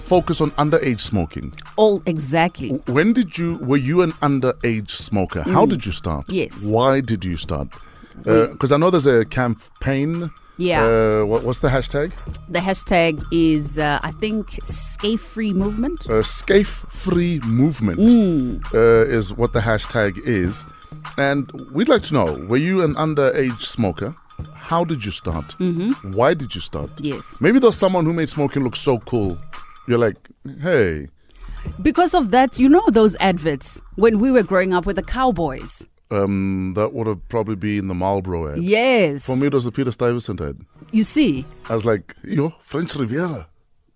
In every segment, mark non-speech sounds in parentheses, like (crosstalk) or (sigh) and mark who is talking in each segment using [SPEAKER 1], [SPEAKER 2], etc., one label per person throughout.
[SPEAKER 1] focus on underage smoking.
[SPEAKER 2] All exactly.
[SPEAKER 1] When did you were you an underage smoker? How did you start?
[SPEAKER 2] Mm. Yes.
[SPEAKER 1] Why did you start? Because I know there's a campaign.
[SPEAKER 2] Yeah.
[SPEAKER 1] Uh, what, what's the hashtag?
[SPEAKER 2] The hashtag is, uh, I think, Skate
[SPEAKER 1] (laughs)
[SPEAKER 2] Free Movement.
[SPEAKER 1] Uh, Scafe Free Movement
[SPEAKER 2] Mm.
[SPEAKER 1] uh, is what the hashtag is. And we'd like to know were you an underage smoker? How did you start? Mm-hmm. Why did you start?
[SPEAKER 2] Yes.
[SPEAKER 1] Maybe there's someone who made smoking look so cool. You're like, hey,
[SPEAKER 2] Because of that, you know those adverts when we were growing up with the cowboys.
[SPEAKER 1] um, that would have probably been the Marlboro ad.
[SPEAKER 2] Yes.
[SPEAKER 1] For me, it was the Peter Stuyvesant ad.
[SPEAKER 2] You see,
[SPEAKER 1] I was like, yo, French Riviera.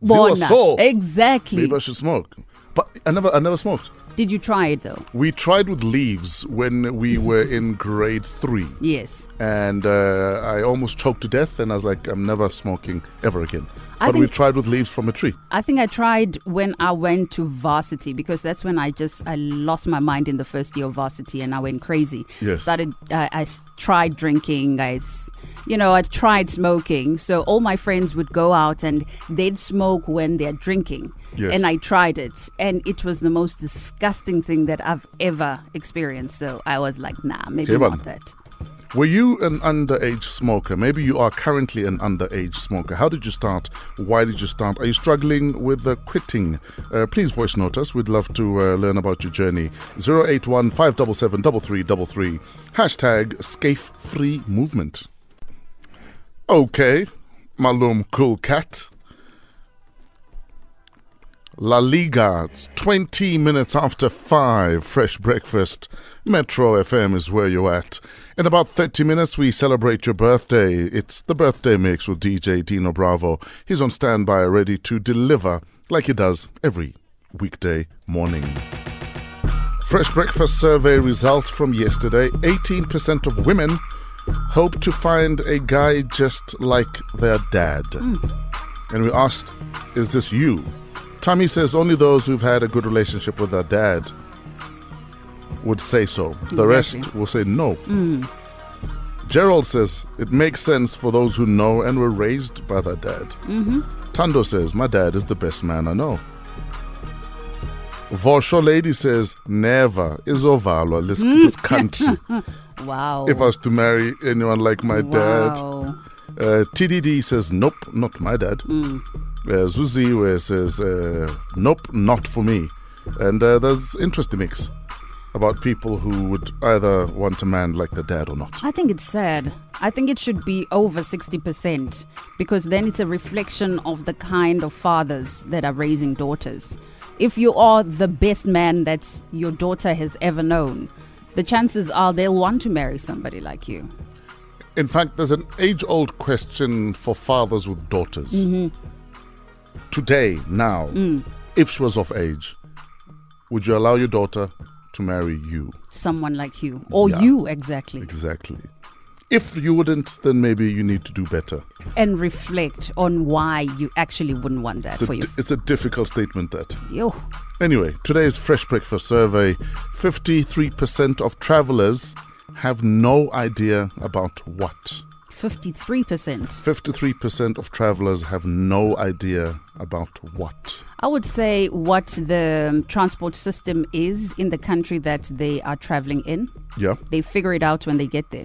[SPEAKER 1] Zero
[SPEAKER 2] Bona.
[SPEAKER 1] soul.
[SPEAKER 2] Exactly.
[SPEAKER 1] Maybe I should smoke. But I never, I never smoked.
[SPEAKER 2] Did you try it though?
[SPEAKER 1] We tried with leaves when we were in grade three.
[SPEAKER 2] Yes.
[SPEAKER 1] and uh, I almost choked to death. And I was like, I'm never smoking ever again.
[SPEAKER 2] I
[SPEAKER 1] but we
[SPEAKER 2] think-
[SPEAKER 1] tried with leaves from a tree.
[SPEAKER 2] I think I tried when I went to varsity because that's when I just I lost my mind in the first year of varsity and I went crazy.
[SPEAKER 1] Yes.
[SPEAKER 2] Started I I s- tried drinking. I s- you know I tried smoking. So all my friends would go out and they'd smoke when they're drinking.
[SPEAKER 1] Yes.
[SPEAKER 2] And I tried it and it was the most disgusting thing that I've ever experienced. So I was like, nah, maybe
[SPEAKER 1] Heaven.
[SPEAKER 2] not that.
[SPEAKER 1] Were you an underage smoker? Maybe you are currently an underage smoker. How did you start? Why did you start? Are you struggling with uh, quitting? Uh, please voice note us. We'd love to uh, learn about your journey. 081 577 3333. Hashtag Scafe Free Movement. Okay, Malum Cool Cat. La Liga, it's 20 minutes after 5, fresh breakfast. Metro FM is where you're at. In about 30 minutes, we celebrate your birthday. It's the birthday mix with DJ Dino Bravo. He's on standby, ready to deliver like he does every weekday morning. Fresh breakfast survey results from yesterday 18% of women hope to find a guy just like their dad and we asked, Is this you? Tommy says only those who've had a good relationship with their dad would say so. The rest
[SPEAKER 2] Exactly.
[SPEAKER 1] will say no. Gerald says it makes sense for those who know and were raised by their dad. Tando says, My dad is the best man I know. Vosho lady says, Never is over this, this country.
[SPEAKER 2] Wow.
[SPEAKER 1] if I was to marry anyone like my dad.
[SPEAKER 2] Wow.
[SPEAKER 1] Uh, TDD says, nope, not my dad. Uh, Zuziwe says, uh, nope, not for me. And uh, there's interesting mix about people who would either want a man like their dad or not.
[SPEAKER 2] I think it's sad. I think it should be over 60% because then it's a reflection of the kind of fathers that are raising daughters. If you are the best man that your daughter has ever known, the chances are they'll want to marry somebody like you.
[SPEAKER 1] In fact, there's an age old question for fathers with daughters.
[SPEAKER 2] Mm-hmm.
[SPEAKER 1] Today, now,
[SPEAKER 2] Mm.
[SPEAKER 1] if she was of age, would you allow your daughter to marry you?
[SPEAKER 2] Someone like you. Or
[SPEAKER 1] Yeah.
[SPEAKER 2] you, exactly.
[SPEAKER 1] Exactly. If you wouldn't, then maybe you need to do better.
[SPEAKER 2] And reflect on why you actually wouldn't want that
[SPEAKER 1] It's
[SPEAKER 2] for
[SPEAKER 1] a,
[SPEAKER 2] you.
[SPEAKER 1] di- it's a difficult statement, that.
[SPEAKER 2] Yo.
[SPEAKER 1] Anyway, today's Fresh Breakfast survey 53% of travelers have no idea about what.
[SPEAKER 2] 53%.
[SPEAKER 1] 53% of travelers have no idea about what.
[SPEAKER 2] I would say what the um, transport system is in the country that they are traveling in.
[SPEAKER 1] Yeah.
[SPEAKER 2] They figure it out when they get there.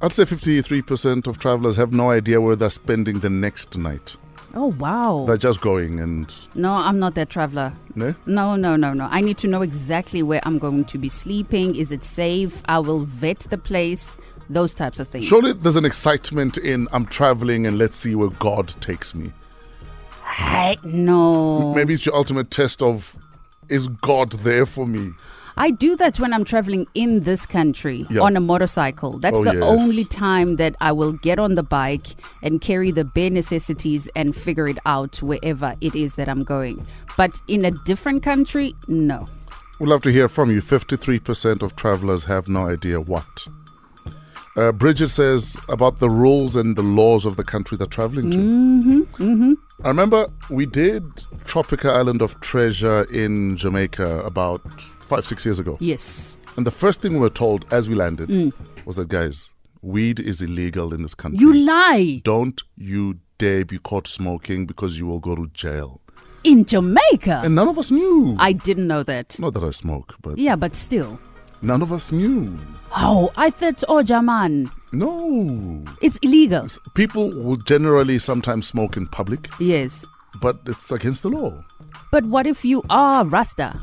[SPEAKER 1] I'd say 53% of travelers have no idea where they're spending the next night.
[SPEAKER 2] Oh, wow.
[SPEAKER 1] They're just going and.
[SPEAKER 2] no, I'm not that traveler.
[SPEAKER 1] No?
[SPEAKER 2] No, no, no, no. I need to know exactly where I'm going to be sleeping. Is it safe? I will vet the place, those types of things.
[SPEAKER 1] Surely there's an excitement in I'm traveling and let's see where God takes me.
[SPEAKER 2] I, no.
[SPEAKER 1] Maybe it's your ultimate test of is God there for me?
[SPEAKER 2] I do that when I'm traveling in this country
[SPEAKER 1] Yeah.
[SPEAKER 2] on a motorcycle. That's
[SPEAKER 1] Oh,
[SPEAKER 2] the
[SPEAKER 1] yes.
[SPEAKER 2] only time that I will get on the bike and carry the bare necessities and figure it out wherever it is that I'm going. But in a different country, no.
[SPEAKER 1] We'd love to hear from you. 53% of travelers have no idea what. Uh, Bridget says about the rules and the laws of the country they're traveling to. Mm-hmm, mm-hmm. I remember we did Tropica Island of Treasure in Jamaica about five, six years ago.
[SPEAKER 2] Yes.
[SPEAKER 1] And the first thing we were told as we landed was that, guys, weed is illegal in this country.
[SPEAKER 2] Mm. You lie.
[SPEAKER 1] Don't you dare be caught smoking because you will go to jail.
[SPEAKER 2] in Jamaica.
[SPEAKER 1] And none of us knew.
[SPEAKER 2] I didn't know that.
[SPEAKER 1] Not that I smoke, but
[SPEAKER 2] Yeah, but still.
[SPEAKER 1] none of us knew.
[SPEAKER 2] Oh, I thought, oh, Jaman,
[SPEAKER 1] No.
[SPEAKER 2] it's illegal.
[SPEAKER 1] S- People will generally sometimes smoke in public,
[SPEAKER 2] Yes.
[SPEAKER 1] but it's against the law.
[SPEAKER 2] But what if you are Rasta?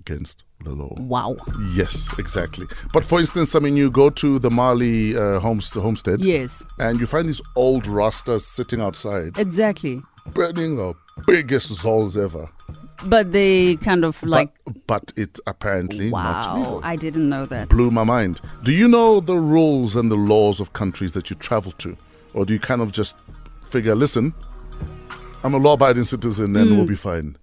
[SPEAKER 1] Against the law.
[SPEAKER 2] Wow.
[SPEAKER 1] Mm. Yes, exactly. But for instance, I mean, you go to the Mali uh, homes- homestead
[SPEAKER 2] Yes,
[SPEAKER 1] and you find these old rastas sitting outside
[SPEAKER 2] exactly.
[SPEAKER 1] burning the biggest zols ever.
[SPEAKER 2] But they kind of like,
[SPEAKER 1] but, but it apparently not
[SPEAKER 2] wow,
[SPEAKER 1] legal.
[SPEAKER 2] I didn't know that.
[SPEAKER 1] Blew my mind. Do you know the rules and the laws of countries that you travel to,
[SPEAKER 2] Mm.
[SPEAKER 1] or do you kind of just figure, listen, I'm a law-abiding citizen and we'll be fine?